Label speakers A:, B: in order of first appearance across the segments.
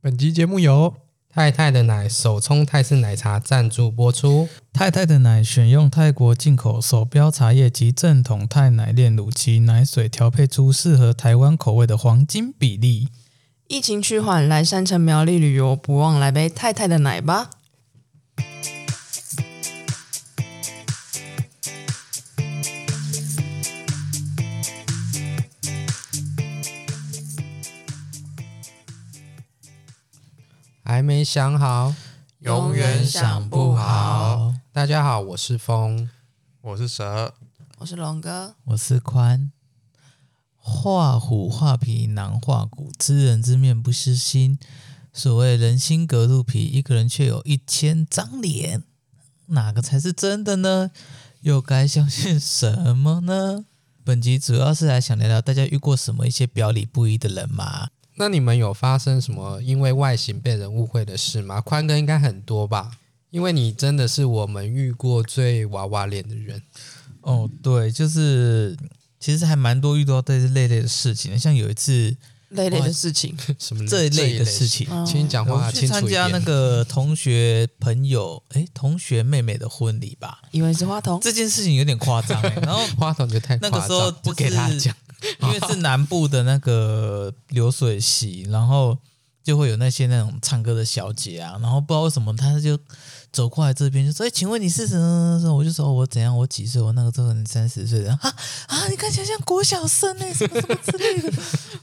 A: 本集节目由
B: 太太的奶手冲泰式奶茶赞助播出。
C: 太太的奶选用泰国进口手标茶叶及正统泰奶炼乳及奶水调配出适合台湾口味的黄金比例。
D: 疫情趋缓，来山城苗栗旅游，不忘来杯太太的奶吧。
B: 还没想好，
D: 永远想不好。
B: 大家好，我是风。
A: 我是蛇，
D: 我是龙哥，
C: 我是宽，画虎画皮难画骨，知人知面不知心。所谓人心隔肚皮，一个人却有一千张脸，哪个才是真的呢？又该相信什么呢？本集主要是来想聊聊大家遇过什么一些表里不一的人嘛？
B: 那你们有发生什么因为外形被人误会的事吗？宽哥应该很多吧，因为你真的是我们遇过最娃娃脸的人。
C: 哦，对，就是其实还蛮多遇到这类类的事情的，像有一次
D: 累累的事情，
B: 什么
C: 这一类的事情，哦
D: 嗯
B: 请你讲话
C: 我去
B: 清
C: 参
B: 楚一
C: 加
B: 点。
C: 那个同学朋友，哎，同学妹妹的婚礼吧，
D: 以为是话筒，
C: 这件事情有点夸张 哎、然后
B: 话筒就太
C: 那
B: 夸张，
C: 个时候、就是、
B: 不给他讲。，
C: 因为是南部的那个流水席，然后就会有那些那种唱歌的小姐啊，然后不知道为什么她就走过来这边就说：“哎、请问你是什么什么什么？”我就说：“哦我怎样？我几岁？我那个时候可能三十岁的啊啊！你看起来像国小生哎、什么什么之类的。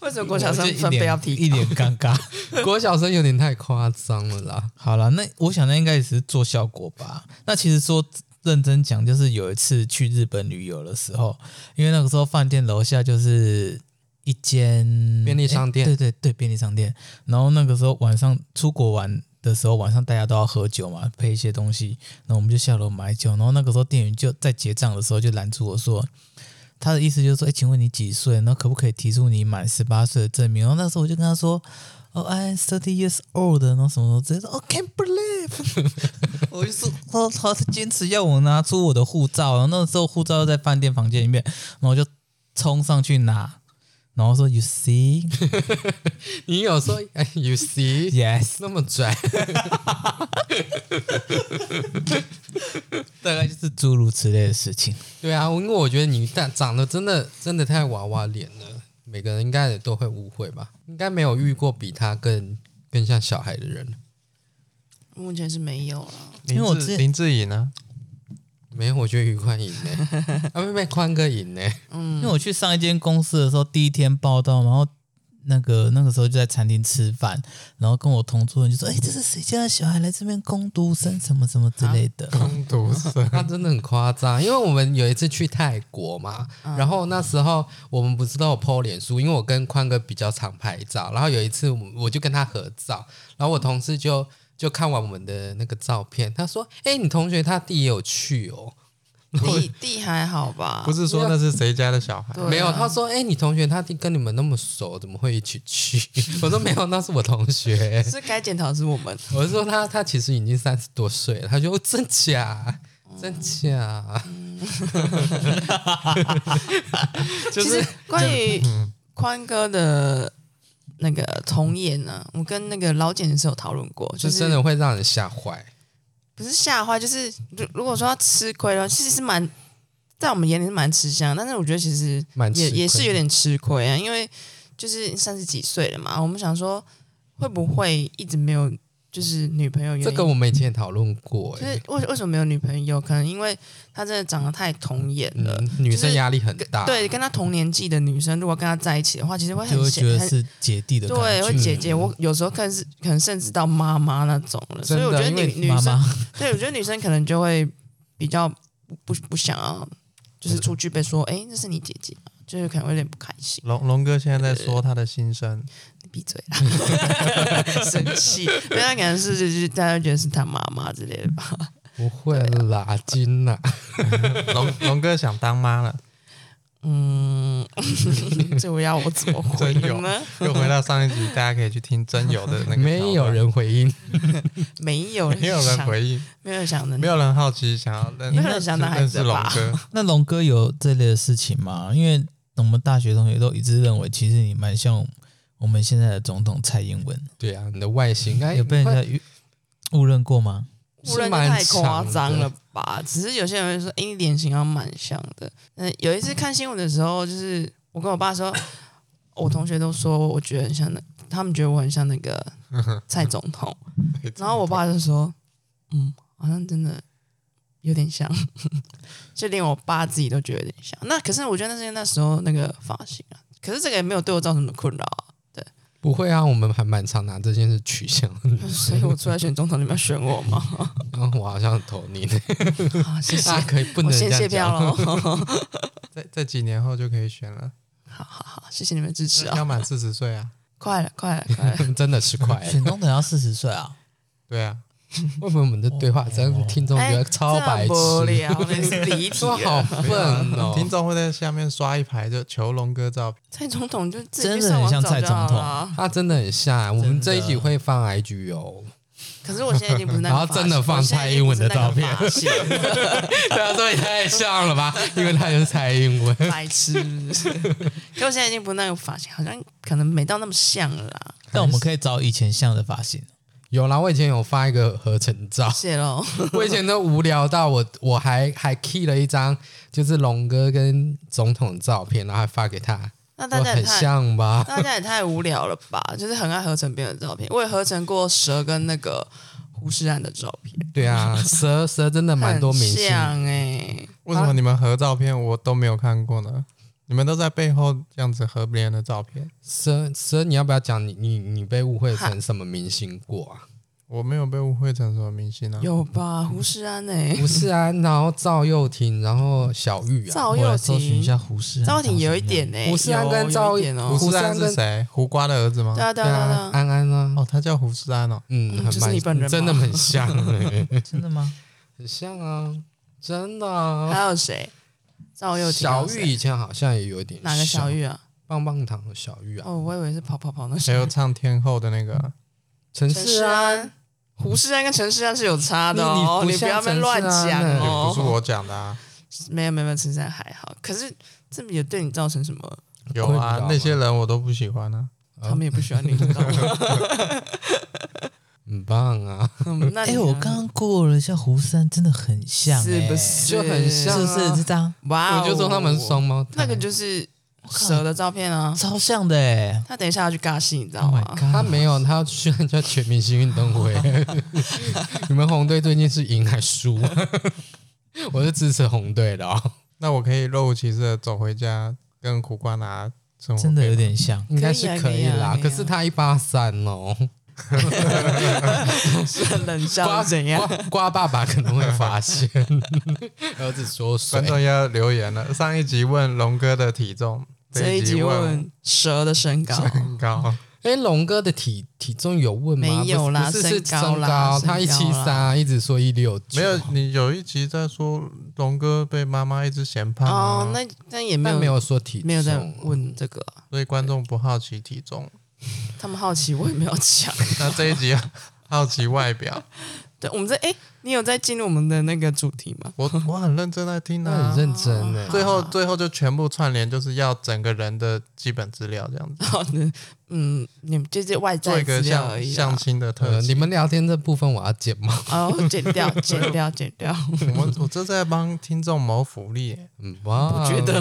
D: 为什么”
C: 我
D: 国小生
C: 就一
D: 分
C: 脸
D: 贝要提
C: 一
D: 高？
C: 脸尴尬。
B: 国小生有点太夸张了啦。
C: 好了，那我想那应该也只是做效果吧。那其实说认真讲，就是有一次去日本旅游的时候，因为那个时候饭店楼下就是一间
B: 便利商店
C: 诶对对对，便利商店。然后那个时候晚上出国玩的时候，晚上大家都要喝酒嘛，配一些东西，然后我们就下楼买酒。然后那个时候店员就在结账的时候就拦住我说。他的意思就是说，哎、请问你几岁？然后可不可以提出你满十八岁的证明？然后那时候我就跟他说，哦、i m thirty years old，然后什么什么之类的，哦、can't believe，我就说，哦，他坚持要我拿出我的护照，然后那时候护照又在饭店房间里面，然后我就冲上去拿，然后说，you see，yes，
B: 你有说哎，you see，那么拽，
C: 大概就是诸如此类的事情。
B: 对啊，因为我觉得你但长得真的真的太娃娃脸了，每个人应该也都会误会吧？应该没有遇过比他更更像小孩的人，
D: 目前是没有啊了。
C: 因为我
A: 林
C: 之
A: 志林志颖啊呢，
B: 没有，我觉得余宽赢呢，啊，被被宽哥赢呢，
C: 因为我去上一间公司的时候，第一天报道，然后那个那个时候就在餐厅吃饭，然后跟我同桌人就说：“哎、这是谁家的小孩来这边攻读生什么什么之类的。
A: 工读生，
B: 他真的很夸张。因为我们有一次去泰国嘛，然后那时候我们不是都有 PO 脸书，因为我跟宽哥比较常拍照，然后有一次我们我就跟他合照，然后我同事就就看完我们的那个照片，他说：“哎、你同学他弟也有去哦。”
D: 弟弟还好吧？
A: 不是说那是谁家的小孩？
D: 对啊
B: 没有，他说：“哎、你同学他弟跟你们那么熟，怎么会一起去？” 我说：“没有，那是我同学。
D: 是该检讨是我们”
B: 我是说他他其实已经三十多岁了。他说：“哦真假？真假？
D: 嗯 其实关于宽哥的那个童颜呢、我跟那个老简是有讨论过，
B: 这、
D: 就是
B: 真的会让人吓坏。
D: 不是吓坏，就是如如果说要吃亏的话，其实是蛮在我们眼里是蛮吃香，但是我觉得其实
B: 蛮吃
D: 也
B: 亏
D: 也是有点吃亏啊，因为就是三十几岁了嘛，我们想说会不会一直没有就是女朋友原因？
B: 这个我们以前也讨论过、
D: 就
B: 哎
D: 是为为什么没有女朋友？可能因为他真的长得太童颜了。
B: 嗯，啊女生压力很大。
D: 呃对，跟他同年纪的女生，如果跟他在一起的话，其实会
C: 就
D: 很
C: 会
D: 显
C: 觉得
D: 很
C: 是姐弟的感觉，
D: 对，会姐姐，我有时候更是可能甚至到妈妈那种了，所以我觉得
B: 真的
D: 女女
C: 妈
D: 生，
C: 妈
D: 对我觉得女生可能就会比较不不不想要，就是出去被说，哎，这是你姐姐吗，就是可能会有点不开心，
A: 龙龙哥现在在说他的心声，
D: 你闭嘴 啦，生气，对他可能是就是大家觉得是他妈妈之类的 吧，
B: 不会啦，金啊啦，
D: 啊
A: 龙龙哥想当妈了，
D: 嗯，这我要我怎么回
A: 真有
D: 呢？
A: 又回到上一集，大家可以去听真有的 那个桥段，
B: 没有人回应。
D: 没有，
A: 没有人，回应，
D: 没有人想的，
A: 没有人好奇想要认
D: 没有人想当孩
A: 认
D: 子
A: 识龙
D: 吧
A: 哥，
C: 那龙哥有这类的事情吗？因为我们大学同学都一致认为，其实你蛮像我们现在的总统蔡英文，
B: 对啊，你的外形应
A: 哎
B: 该
C: 有被人家
B: 会
C: 误误认过吗？
D: 误
B: 是
D: 认就
B: 蛮
D: 太夸
B: 长
D: 张
B: 的
D: 了吧？只是有些人会说，哎、你脸型好像蛮像的。嗯，有一次看新闻的时候，就是我跟我爸说， 我同学都说我觉得很像那，他们觉得我很像那 个蔡总统，然后我爸就说，嗯，好像真的有点像， 就连我爸自己都觉得有点像。那可是我觉得那是那时候那个发型啊，可是这个也没有对我造成什么困扰啊。
B: 不会啊，我们还蛮常拿这件事取向，
D: 所以我出来选总统，你们要选我 吗？
B: 然 后我好像投你呢，
D: 好，谢谢，
B: 啊，可以不
D: 我
B: 能这
D: 先谢
B: 样
D: 票哦
B: 讲，
D: 喽。
A: 在在几年后就可以选了，
D: 好好好，谢谢你们支持
B: 嗯
D: 啊！
A: 要满四十岁啊，
D: 快了， 快了，快了！
B: 真的是 快了。
C: 哎选总统要四十岁 啊？
A: 对啊，
B: 为什么我们的对话真的听众觉得超白
D: 哎这么无
B: 痴？
D: 聊，那是离 题
B: 说好
D: 了。啊
B: 笨哦，
A: 听众会在下面刷一排就求龙哥照片，
D: 蔡总统就自己
C: 真
D: 去
C: 的
D: 上
C: 很
D: 网
C: 像
D: 找
C: 蔡
D: 就
C: 总
D: 好
C: 统
D: 了啊
B: 他真的很像。我们这一集会放 IG 哦，
D: 可是我现在已经不是那
B: 然
D: 个
B: 后
D: 发型
B: 真的放
D: 我现在已经不是那个
C: 蔡英文的照片
D: 发型了
B: 对啊，所以太像了吧？因为他就是蔡英文。
D: 白痴。可我现在已经不是那个发型，好像可能没到那么像了啦。
C: 但我们可以找以前像的发型。
B: 有啦，我以前有发一个合成 照，
D: 谢喽，
B: 我以前都无聊到我我还还 key 了一张就是龙哥跟总统的照片，然后还发给他，
D: 那 大
B: 我
D: 家也
B: 很
D: 太
B: 像吧？
D: 大家也太无聊了吧？就是很爱合成别人的照片，我也合成过蛇跟那个胡适安的照片，
B: 对啊， 蛇蛇真的蛮多明
D: 很
B: 星，
D: 像哎。
A: 为什么你们合照片我都没有看过呢？你们都在背后这样子合别人的照片，
B: 蛇蛇你要不要讲你你你被误会成什么明星过啊？
A: 我没有被误会成什么明星啊，
D: 有吧？胡适安欸 诶、
B: 不是啊，然后赵又廷，然后小玉啊，
D: 赵
C: 我来
D: 又
C: 搜寻一
D: 廷，
C: 下胡适。
D: 赵又廷有一点呢、
B: 胡适安跟赵
D: 有一点哦、
A: 胡适
B: 胡适
A: 安
B: 安
A: 是
B: 跟
A: 谁？胡瓜的儿子吗
D: 对？啊对
B: 对
D: 啊对
B: 啊
D: 啊，对啊，
B: 安安啊，
A: 哦，他叫胡适安哦，
B: 嗯，很
D: 嗯就是
B: 蛮
D: 你本人吗
B: 真的很 像、欸，
C: 真的 吗？
B: 很像啊，真的、啊。
D: 还有谁？赵又廷还
B: 小
D: 有谁，
B: 玉以前好像也有点
D: 哪个小
B: 像
D: 玉啊？
B: 棒棒糖的小玉啊，
D: 哦，我以为是跑跑跑那
A: 还
D: 谁。
A: 有唱天后的那个啊，
B: 陈
D: 陈啊世
B: 世安，
D: 安，胡适安跟陈世安是有差的哦，
B: 你
D: 你
B: 你不
D: 不要
B: 像
D: 被乱讲
B: 陈世安
A: 欸也不是
D: 哦。
A: 我讲的啊，
D: 没有没有没有，陈世安还好，可是这有对你造成什么？
A: 有
B: 困扰
A: 啊
B: 吗，
A: 那些人我都不喜欢啊。
B: 哦
D: 他们也不喜欢你，你知道吗？
B: 很棒啊，
D: 嗯那
C: 哎、
D: 你呢
C: 我刚刚过了一下胡适，真的很像、
D: 是
C: 哎
D: 不是
B: 就很像
C: 是
B: 啊
C: 不是这张
D: 哇哦，
B: 我就说他们是双胞胎，
D: 那个就是蛇的照片啊。
C: 超像的、哎，
D: 他等一下要去尬戏，你知道
C: Oh
D: 吗
C: my god！
B: 他没有，他要去参加全明星运动会。 你们红队最近是赢还输？ 我是支持红队的哦，
A: 那我可以若无其事的走回家，跟苦瓜拿生活
C: 真的
A: 费
C: 有
A: 吗
C: 点像。
B: 应该是
D: 可以啊
B: 啦。
D: 可以啊
B: 可是他一八三哦，
D: 冷笑
B: 瓜
D: 是怎样？
B: 瓜瓜爸爸可能会发现， 儿子说水
A: 观。众要留言了。上一集问龙哥的体重，
D: 这一集
A: 集
D: 问蛇的身高，
A: 身高，
B: 哎，龙哥的体体重有问吗？
D: 没有啦
B: 不是不是是
D: 身高啦
B: 高
D: 身高
B: 他一七三，啊一直说一六九，
A: 没有。你有一集在说龙哥被妈妈一直嫌胖啊
D: 哦，那那也没
B: 但
D: 有
B: 没有说体重，
D: 没有在问这个，
A: 所以观众不好奇体重。
D: 他们好奇我也没有 讲。
A: 那这一集 好奇外表，
D: 对，我们在哎，你有在进入我们的那个主题吗？
A: 我我很认真在听
B: 那
A: 啊
B: 很。认真欸呢。
A: 最后最后就全部串联，就是要整个人的基本资料这样子，
D: 好的，嗯，你们就是外
A: 做
D: 在
A: 一
D: 资
A: 个
D: 料而
A: 相
D: 已
A: 相
D: 啦。
A: 亲的特
B: 呃，
A: 辑。
B: 你们聊天这部分我要剪吗？
D: 哦，剪掉，剪掉，剪掉。
A: 我们我这在帮听众谋福利耶，
B: 很棒，
D: 我觉得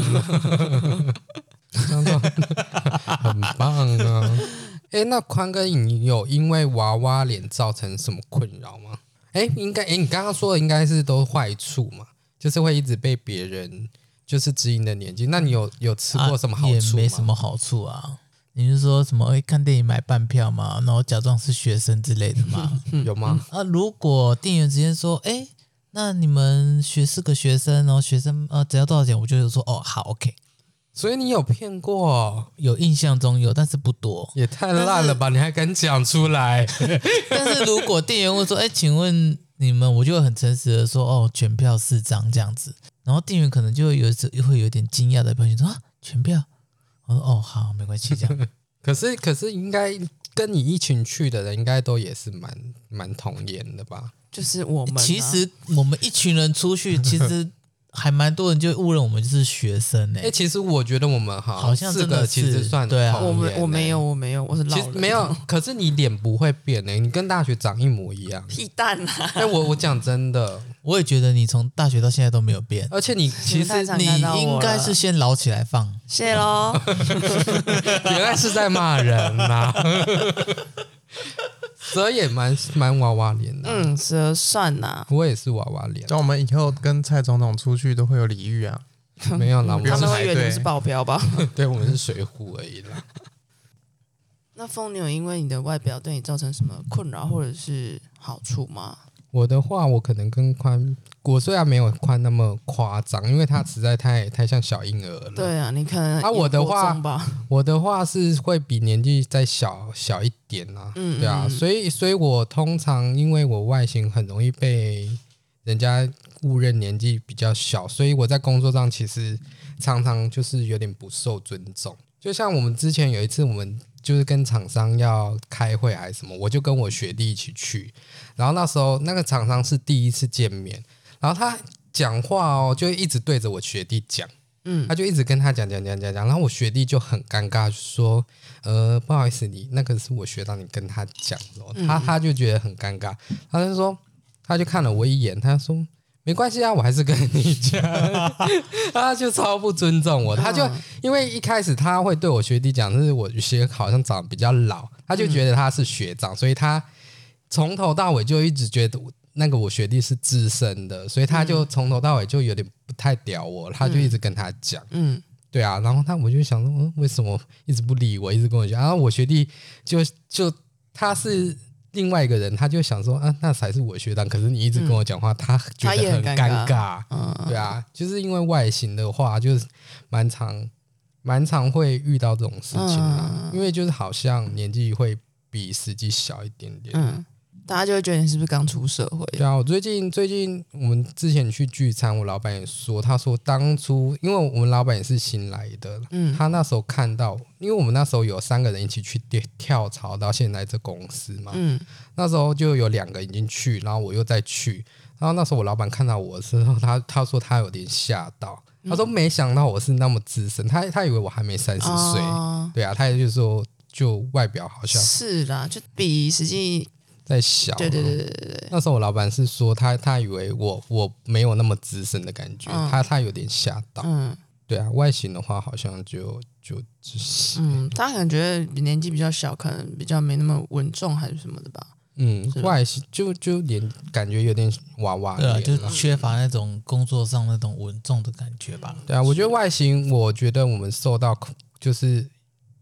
B: 嗯很棒啊！ 哎，那宽哥，你有因为娃娃脸造成什么困扰吗？哎，应该哎，你刚刚说的应该是都坏处嘛，就是会一直被别人就是指引你的年纪。那你有有吃过什么好
C: 啊也
B: 处吗？
C: 没什么好处啊。你是说什么？哎、看电影买半票嘛，然后假装是学生之类的嘛？
B: 嗯有吗？
C: 啊，如果店员直接说，哎、那你们学是个学生，然后学生呃，只要多少钱？我就说，哦，好，OK。
B: 所以你有骗过？。
C: 有印象中有，但是不多
B: 也太烂了吧！你还敢讲出来？
C: 但是如果店员问说，哎、请问你们，我就会很诚实的说，哦，全票四张这样子。然后店员可能就会有时会有点惊讶的表情，说啊，全票。我说哦，好，没关系，这样。
B: 可是可是应该跟你一群去的人，应该都也是蛮蛮童颜的吧？
D: 就是我们啊，
C: 其实我们一群人出去，其实还蛮多人就误认我们就是学生欸呢、
B: 哎、其实我觉得我们哈，
C: 好像
B: 四
C: 真的
B: 个其实
C: 是
B: 算
C: 对啊
B: 同
D: 我
B: 年
D: 没我
B: 欸
D: 没有，我没有，我是老
B: 其实
D: 人，
B: 没有， 可是你脸不会变呢、你跟大学长一模一 样。
D: 屁蛋啊！
B: 哎，我我讲真的，
C: 我也觉得你从大学到现在都没有变，
B: 而且你其
D: 你
B: 实
D: 太常
C: 你
D: 看到我
C: 应该
D: 了
C: 是先捞起来放。
D: 谢喽，
B: 原来是在骂人 呐、蛇也蛮蛮娃娃脸的、啊
D: 嗯，折算呐，
B: 我也是娃娃脸，啊
A: 像我们以后跟蔡总统出去都会有礼遇啊，
B: 没有啦，我
D: 他
B: 嗯们
D: 们
B: 是
D: 会以为你们
A: 对
D: 是保镖吧？
B: 对我们是水户而已啦。
D: 那风牛因为你的外表对你造成什么困扰或者是好处吗？
B: 我的话，我可能跟宽，我虽然没有宽那么夸张，因为他实在太太像小婴儿了。，
D: 对啊，你可能
B: 嗯啊我的话
D: 眼波中吧，
B: 我的话是会比年纪再小小一点啦、
D: 嗯
B: 对啊，
D: 嗯嗯
B: 所以所以我通常因为我外形很容易被人家误认年纪比较小，所以我在工作上其实常常就是有点不受尊重。就像我们之前有一次，我们就是跟厂商要开会还是什么，我就跟我学弟一起去，然后那时候那个厂商是第一次见面，然后他讲话哦，就一直对着我学弟讲。
D: 嗯
B: 他就一直跟他讲讲讲讲讲，然后我学弟就很尴尬，就说：“呃，不好意思，你那个是我学长，你跟他讲的哦。”他他就觉得很尴尬，他就说，他就看了我一眼，他说：“没关系啊，我还是跟你讲。”他就超不尊重我，他就
D: 嗯
B: 因为一开始他会对我学弟讲，就是我学好像长得比较老，他就觉得他是学长，所以他从头到尾就一直觉得我那个我学弟是资深的，所以他就从头到尾就有点不太屌我，他就一直跟他讲。
D: 嗯，
B: 对啊，然后他我就想说，嗯，为什么一直不理我，一直跟我讲？然后我学弟就就他是另外一个人，他就想说，啊，那才是我学长，可是你一直跟我讲话，他觉
D: 他也
B: 得很
D: 很
B: 尴尬。
D: 尴尬嗯
B: 对啊，就是因为外形的话，就是蛮常蛮常会遇到这种事情啊，因为就是好像年纪会比实际小一点点。
D: 嗯，大家就会觉得你是不是刚出社会？
B: 对啊，我最近最近我们之前去聚餐，我老板也说，他说当初因为我们老板也是新来的，
D: 嗯
B: 他那时候看到，因为我们那时候有三个人一起去跳跳槽到现在这公司嘛，
D: 嗯
B: 那时候就有两个已经去，然后我又再去，然后那时候我老板看到我的时候， 他他说他有点吓到，
D: 嗯
B: 他说没想到我是那么资深，他他以为我还没三十岁，
D: 啊
B: 对啊，他也就是说就外表好像
D: 是啦，就比实际
B: 在小，
D: 对对对对对对，
B: 那时候我老板是说他他以为我我没有那么资深的感觉，
D: 嗯
B: 他他有点吓到。
D: 嗯
B: 对啊，外形的话好像就就就是
D: 嗯，他可能觉得你年纪比较小，可能比较没那么稳重还是什么的吧？
B: 嗯
D: 是，
B: 外形就就脸感觉有点娃娃
C: 对啊，
B: 脸
C: 就
B: 了。
C: 缺乏那种工作上那种稳重的感觉吧。
B: 对啊，我觉得外形，我觉得我们受到恐就是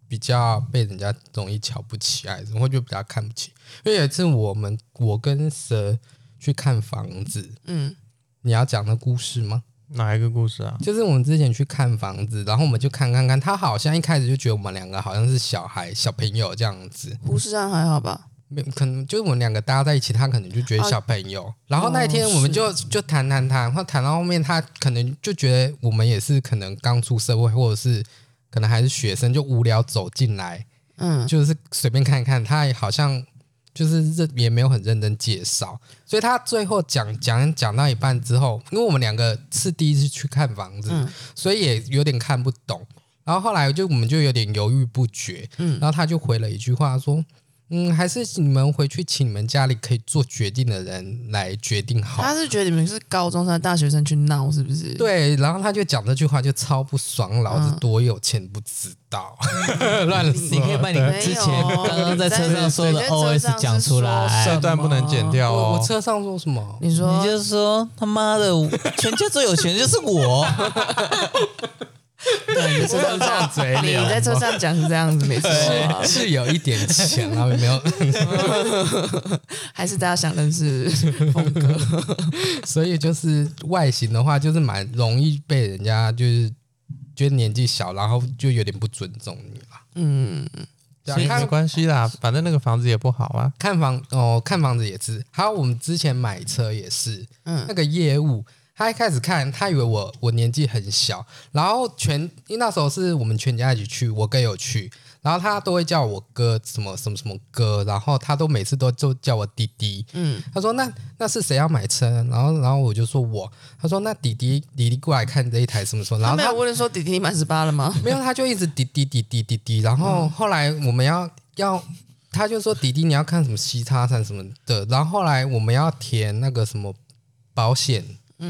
B: 比较被人家容易瞧不起，还是我就比较看不起。因为有一次我们我跟蛇去看房子，
D: 嗯
B: 你要讲的故事吗？
A: 哪一个故事啊？
B: 就是我们之前去看房子，然后我们就看看看，他好像一开始就觉得我们两个好像是小孩小朋友这样子，
D: 胡适上还好吧？
B: 没可能就是我们两个搭在一起，他可能就觉得小朋友。然后那一天我们就、就谈谈谈，然后谈到后面，他可能就觉得我们也是可能刚出社会，或者是可能还是学生，就无聊走进来，
D: 嗯，
B: 就是随便看一看，他也好像就是认也没有很认真介绍，所以他最后讲讲讲到一半之后，因为我们两个是第一次去看房子，
D: 嗯
B: 所以也有点看不懂。然后后来就我们就有点犹豫不决，
D: 嗯
B: 然后他就回了一句话说：“嗯，还是你们回去请你们家里可以做决定的人来决定好。”
D: 他是觉得你们是高中生、大学生去闹，是不是？，
B: 对，然后他就讲这句话就超不爽，老子
D: 嗯
B: 多有钱不知道，乱
C: 你可
B: 说。
C: 以把你
D: 没有
C: 之前刚刚在车上说的
D: 你在车上
C: OS 讲出
A: 这
D: 是
C: 来
D: 说，
A: 段不能剪掉
B: 我
A: 哦
B: 我。车上说什么？
D: 你说
C: 你就说他妈的，全家最有钱的就是我。对，你就是这样 嘴
D: 你
C: 脸。
D: 在车上讲是这样子，没错啊、
B: 是是有一点钱啊，没有，
D: 还是大家想认识？
B: 所以就是外形的话，就是蛮容易被人家就是觉得年纪小，然后就有点不尊重你啦。
D: 嗯，
B: 对啊
A: 所以没
B: 看
A: 关系啦，反正那个房子也不好啊。
B: 看房哦，看房子也是，还有我们之前买车也是，
D: 嗯
B: 那个业务。他一开始看，他以为我我年纪很小，然后全因为那时候是我们全家一起去，我哥有去，然然后他都会叫我哥什么什么什么哥，然后他都每次都就叫我弟弟。
D: 嗯，
B: 他说那那是谁要买车？然后然后我就说我。他说那弟弟弟弟过来看这一台什么什么，然后
D: 他没
B: 他
D: 有问说弟弟你满十八了吗？
B: 没有，他就一直滴滴滴滴滴滴，然
C: 嗯
B: 后后来我们要要，他就说弟弟你要看什么西叉伞什么的，然后后来我们要填那个什么保险，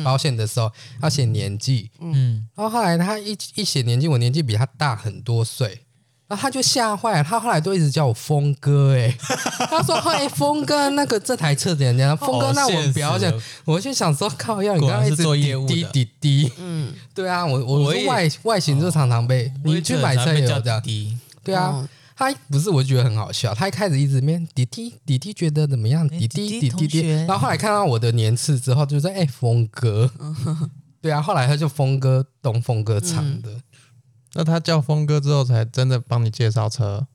B: 保险的时候要写年纪，
C: 嗯，
B: 然后后来他一一写年纪，我年纪比他大很多岁。然后他就吓坏了，他后来都一直叫我峰哥、 欸，他说：“哎、峰哥，那个这台车怎样怎样？峰哥，
C: 哦
B: 那我
C: 现实
B: 们不要讲。”我就想说，靠，要你
C: 果
B: 刚刚
C: 然
B: 一
C: 是
B: 直
C: 做业务
B: 滴
C: 的
B: 滴滴滴，
D: 嗯，
B: 对啊，我我
C: 我
B: 是
C: 也
B: 外外形就常常被、你去买车也有
C: 叫
B: 这样，
C: 弟弟，
B: 对啊。
D: 哦
B: 他不是，我就觉得很好笑。他一开始一直面弟弟弟弟觉得怎么样？弟弟
D: 哎弟
B: 弟
D: 弟
B: 弟
D: 同
B: 弟
D: 学，
B: 然后后来看到我的年次之后，就说：“哎、峰哥。”
D: 嗯
B: 对啊，后来他就峰哥东峰哥厂的、
A: 那他叫峰哥之后，才真的帮你介绍车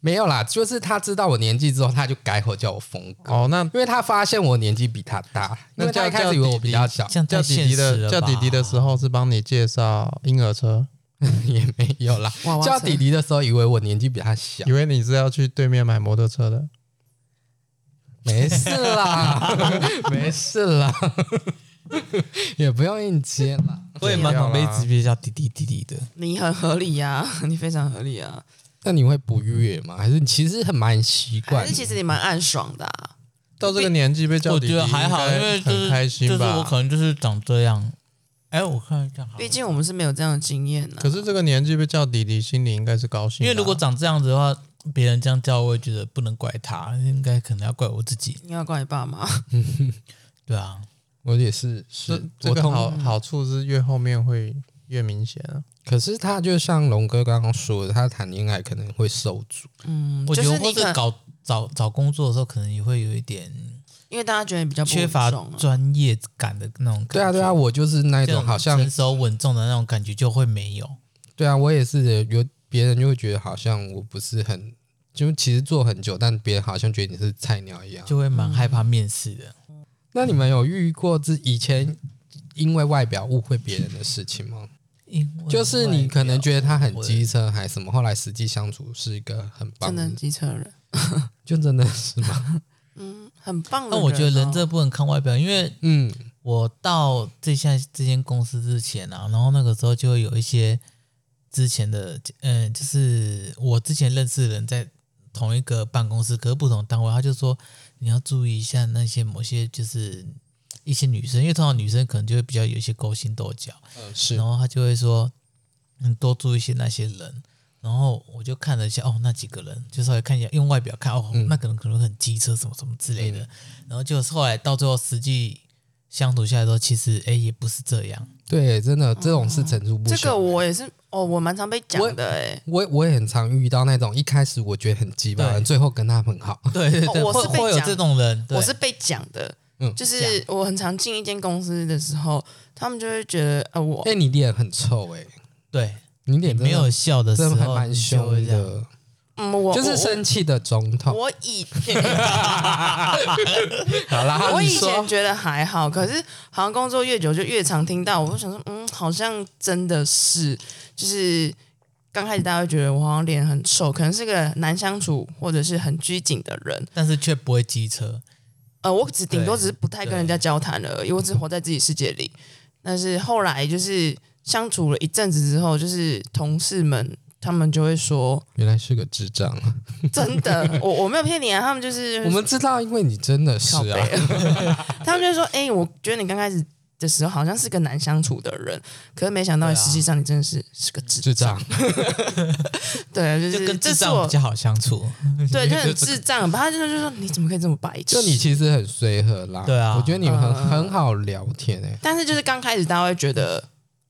B: 没有啦，就是他知道我年纪之后，他就改口叫我峰哥，
A: 哦。那
B: 因为他发现我年纪比他大，
A: 那
B: 因为他
A: 叫
B: 一开始以为
A: 叫
B: 我比
A: 弟
B: 较小，
C: 这样
A: 叫
C: 太
A: 弟
C: 现
A: 弟
C: 实
A: 的
C: 了
A: 叫
C: 吧
A: 弟弟的时候，是帮你介绍婴儿车，
B: 也没有啦
D: 娃。娃
B: 叫
D: 车
B: 弟弟的时候，以为我年纪比他小
A: 以，为你是要去对面买摩托车的。
B: 没事啦，没事啦，也不用硬接啦。
C: 我也蛮常被直接叫弟弟弟弟的。
D: 你很合理呀、你非常合理啊。
B: 那你会不悦吗？还是你其实很蛮习惯
D: 还
B: 的？
D: 是其实你蛮暗爽的、啊，
A: 到这个年纪被叫
C: 我
A: 弟弟，
C: 觉得还好，因为就
A: 很
C: 是
A: 开
C: 就
A: 心
C: 是我
A: 吧。
C: 可能就是长这样。哎，我看这样好了，
D: 毕竟我们是没有这样的经验啊呢、
A: 可是这个年纪被叫弟弟，心里应该是高兴的啊。
C: 因为如果长这样子的话，别人这样叫，我也觉得不能怪他，应该可能要怪我自己。
D: 你要怪你爸妈，
C: 对啊，
B: 我也是，
A: 这
B: 是
A: 这
B: 我
A: 个
B: 通。
A: 好好处是越后面会越明显
C: 嗯
A: 啊。
B: 可是他就像龙哥刚刚说的，他谈恋爱可能会受阻。
D: 嗯，
C: 我
D: 就
C: 觉得
D: 是
C: 或
D: 你可
C: 者
D: 能
C: 搞找找工作的时候，可能也会有一点
D: 因为大家觉得你比较不
C: 缺乏
D: 爽啊
C: 专业感的那种感觉。
B: 对啊，对啊，我就是那一
C: 这
B: 种
C: 种
B: 好像
C: 成熟稳重的那种感觉就会没有。
B: 对啊，我也是有别人就会觉得好像我不是很，就其实做很久，但别人好像觉得你是菜鸟一样。
C: 就会蛮害
D: 嗯
C: 怕面试的。
B: 那你们有遇过之以前因为外表误会别人的事情吗？
C: 因为
B: 就是你可能觉得他很
C: 急，
B: 机车还是什么，后来实际相处是一个很棒
D: 真的
B: 的
D: 很，机车人，
B: 就真的是吗？
D: 很棒的、哦
C: 那我觉得人这，不能看外表，因为
B: 嗯，
C: 我到这下这间公司之前啊，然后那个时候就会有一些之前的，嗯、就是我之前认识的人在同一个办公室，可是不同单位，他就说你要注意一下那些某些就是一些女生，因为通常女生可能就会比较有一些勾心斗角，
B: 呃是
C: 然后他就会说，嗯，多注意一些那些人。然后我就看了一下，哦，那几个人就稍微看一下，用外表看，哦，那个人可能很机车什么什么之类的。然后就是后来到最后实际相处下来之后，其实哎也不是这样。
B: 对，真的这种事层出不
D: 这
B: 穷。
D: 个我也是哦，我蛮常被讲
B: 我
D: 的哎、
B: 我我也很常遇到那种一开始我觉得很鸡巴，
C: 对
B: 最后跟他很好。
C: 对对
D: 哦
C: 对，
D: 我
C: 会
D: 是被
C: 会有
D: 讲
C: 这种人，对
D: 我是被讲的，
B: 嗯
D: 就是我很常进一间公司的时候，他们就会觉得呃我
B: 哎、你脸很臭哎、
C: 对
B: 你脸真的
C: 没有笑的时
B: 真的
C: 候，
B: 还蛮凶
C: 你就会这样。
B: 的，
D: 嗯我
B: 就是生气的总
D: 我
B: 统。
D: 我以
B: 好啦，
D: 我
B: 你
D: 以
B: 说
D: 前觉得还好，可是好像工作越久就越常听到，我就想说，嗯，好像真的是，就是刚开始大家会觉得我好像脸很臭，可能是个难相处或者是很拘谨的人。
C: 但是却不会机车。
D: 呃，我只顶多
C: 对
D: 只是不太跟人家交谈了而已，我只活在自己世界里。但是后来就是相处了一阵子之后，就是同事们他们就会说，
B: 原来是个智障。啊
D: 真的，我我没有骗你啊，他们 就是
B: 我们知道，因为你真的是
D: 靠
B: 啊，
D: 背，他们就说：“哎、我觉得你刚开始的时候好像是个难相处的人，可是没想到
C: 对啊
D: 实际上你真的是是个 智
B: 智障。
D: 对，啊就
C: 就是跟智
D: 这是
C: 障比
D: 我
C: 较好相处，
D: 对，就很智障。吧。他真的就说你怎么可以这么白痴？
B: 就你其实很随和啦，
C: 对啊
B: 我觉得你们很、
D: 嗯
B: 很好聊天哎、
D: 但是就是刚开始大家会觉得，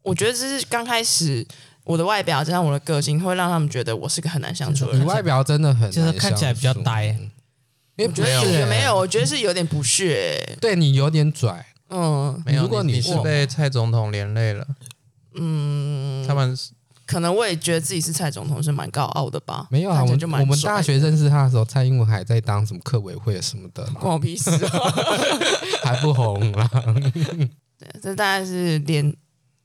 D: 我觉得这是刚开始我的外表加上我的个性，会让他们觉得我是个很难相处的
B: 你
D: 人。
B: 外表真的很
C: 就是
B: 难
C: 看起来比较
B: 相处嗯
C: 呆，
B: 因为
D: 我觉得
B: 不是
D: 也
B: 欸
D: 没有，我觉得是有点不屑、
B: 对你有点拽，
D: 嗯，
A: 没有，
B: 如果
A: 你
B: 你
A: 是
B: 我
A: 被蔡总统连累了，嗯，他们是
D: 可能我也觉得自己是蔡总统是蛮高傲的吧。
B: 没有啊，
D: 看
B: 我
D: 起来就蛮
B: 我们
D: 帅
B: 大学认识他的时候，蔡英文还在当什么客委会什么的 啦，
D: 关我屁事、啊。
B: 还不红啊啦。
D: 这大概是连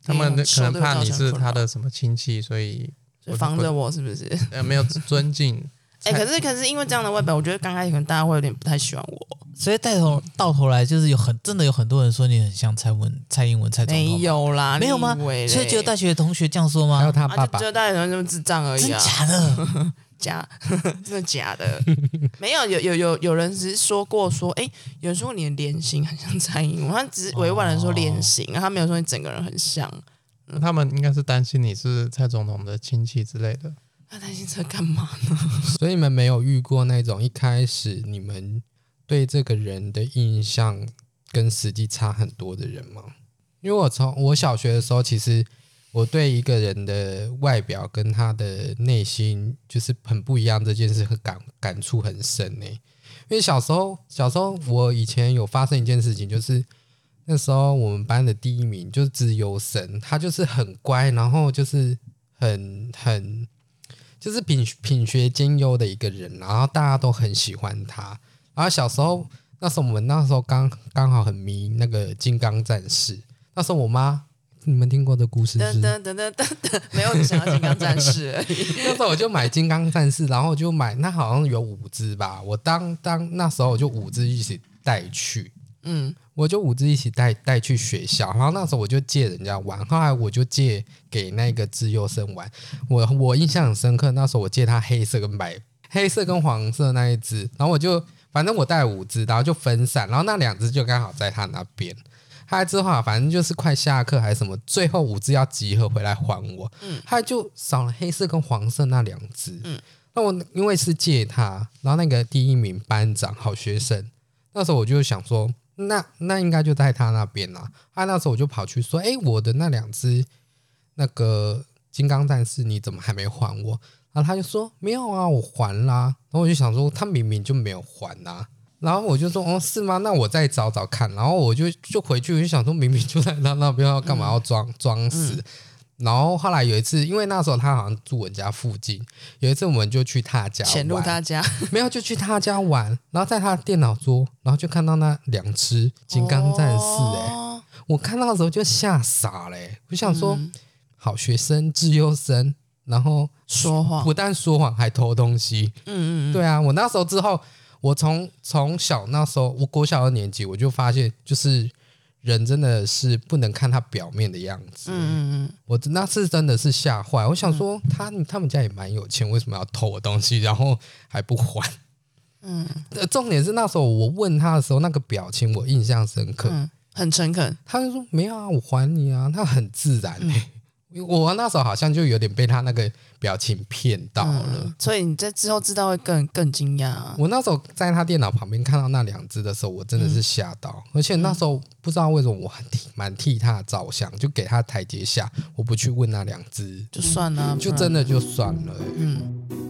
A: 他们
D: 连
A: 可
D: 受
A: 能
D: 这个
A: 怕
D: 造
A: 你
D: 成
A: 是
D: 困
A: 他
D: 扰
A: 的什么亲戚，所以
D: 就防着我是不是？
A: 呃，没有尊敬。
D: 哎、可是可是因为这样的外表，我觉得刚开始可能大家会有点不太喜欢我。
C: 所以带头到头来就是有很真的有很多人说你很像蔡文蔡英文蔡总统
D: 没
C: 吗，
D: 有啦，
C: 没有吗？
D: 你以为嘞
C: 所以只有大学同学这样说
B: 还有
C: 吗？
B: 他
D: 啊，
B: 爸
D: 就
B: 爸
D: 只，有大家人那么智障而
C: 真
D: 已啊，
C: 假的？
D: 假真的假的？没有，有有有有人只是说过说，哎、有人说你的脸型很像蔡英文，他只是委婉的说脸型，
B: 哦
D: 他没有说你整个人很像。
A: 他们应该是担心你是蔡总统的亲戚之类的。
D: 他担心这干嘛呢？
B: 所以你们没有遇过那种一开始你们对这个人的印象跟实际差很多的人吗？因为我从我小学的时候，其实我对一个人的外表跟他的内心就是很不一样这件事，很感感触很深欸呢、因为小时候，小时候我以前有发生一件事情，就是那时候我们班的第一名就是资优生，他就是很乖，然后就是很很就是品品学兼优的一个人，然后大家都很喜欢他。然后小时候那时候我们那时候刚刚好很迷那个金刚战士，那时候我妈你们听过的故事是
D: 噔噔噔噔噔噔，没有你想要金刚 战士而已。
B: 那时候我就买金刚战士，然后我就买那好像有五只吧，我当当那时候我就五只一起带去，
D: 嗯，
B: 我就五只一起带带去学校，然后那时候我就借人家玩，后来我就借给那个自幼生玩。我我印象很深刻，那时候我借他黑色跟白、黑色跟黄色那一只，然后我就反正我带五只，然后就分散，然后那两只就刚好在他那边。他之后啊反正就是快下课还是什么，最后五只要集合回来还我，他就少了黑色跟黄色那两只。那我因为是借他，然后那个第一名班长好学生，那时候我就想说，那那应该就在他那边啦。他那时候我就跑去说，哎、我的那两只那个金刚战士你怎么还没还我？然后他就说没有啊，我还啦。然后我就想说，他明明就没有还呐、然后我就说，哦，是吗？那我再找找看。然后我就就回去，我就想说，明明就在他那边，要干嘛要装、
D: 嗯
B: 装死？然后后来有一次，因为那时候他好像住我家附近，有一次我们就去他家
D: 潜入
B: 玩
D: 他家，
B: 没有，就去他家玩，然后在他的电脑桌，然后就看到那两只金刚战士、欸，
D: 哦
B: 我看到的时候就吓傻嘞、欸我想说，好学生、自优生，然后
D: 说谎，
B: 不但说谎还偷东西，
D: 哦嗯嗯
B: 对啊，我那时候之后，我从从小那时候，我国小二年级我就发现，就是人真的是不能看他表面的样子，
D: 嗯嗯嗯，
B: 我那次真的是吓坏，我想说他他们家也蛮有钱，为什么要偷我东西，然后还不还？嗯，重点是那时候我问他的时候，那个表情我印象深刻，
D: 嗯，很诚恳，
B: 他就说没有啊，我还你啊，他很自然、欸。我那时候好像就有点被他那个表情骗到了。
D: 所以你在之后知道会更更惊讶啊。
B: 我那时候在他电脑旁边看到那两只的时候，我真的是吓到，而且那时候不知道为什么我很替蛮替他着想，就给他台阶下，我不去问那两只。
D: 就算了、啊
B: 就真的就算了欸、
D: 嗯，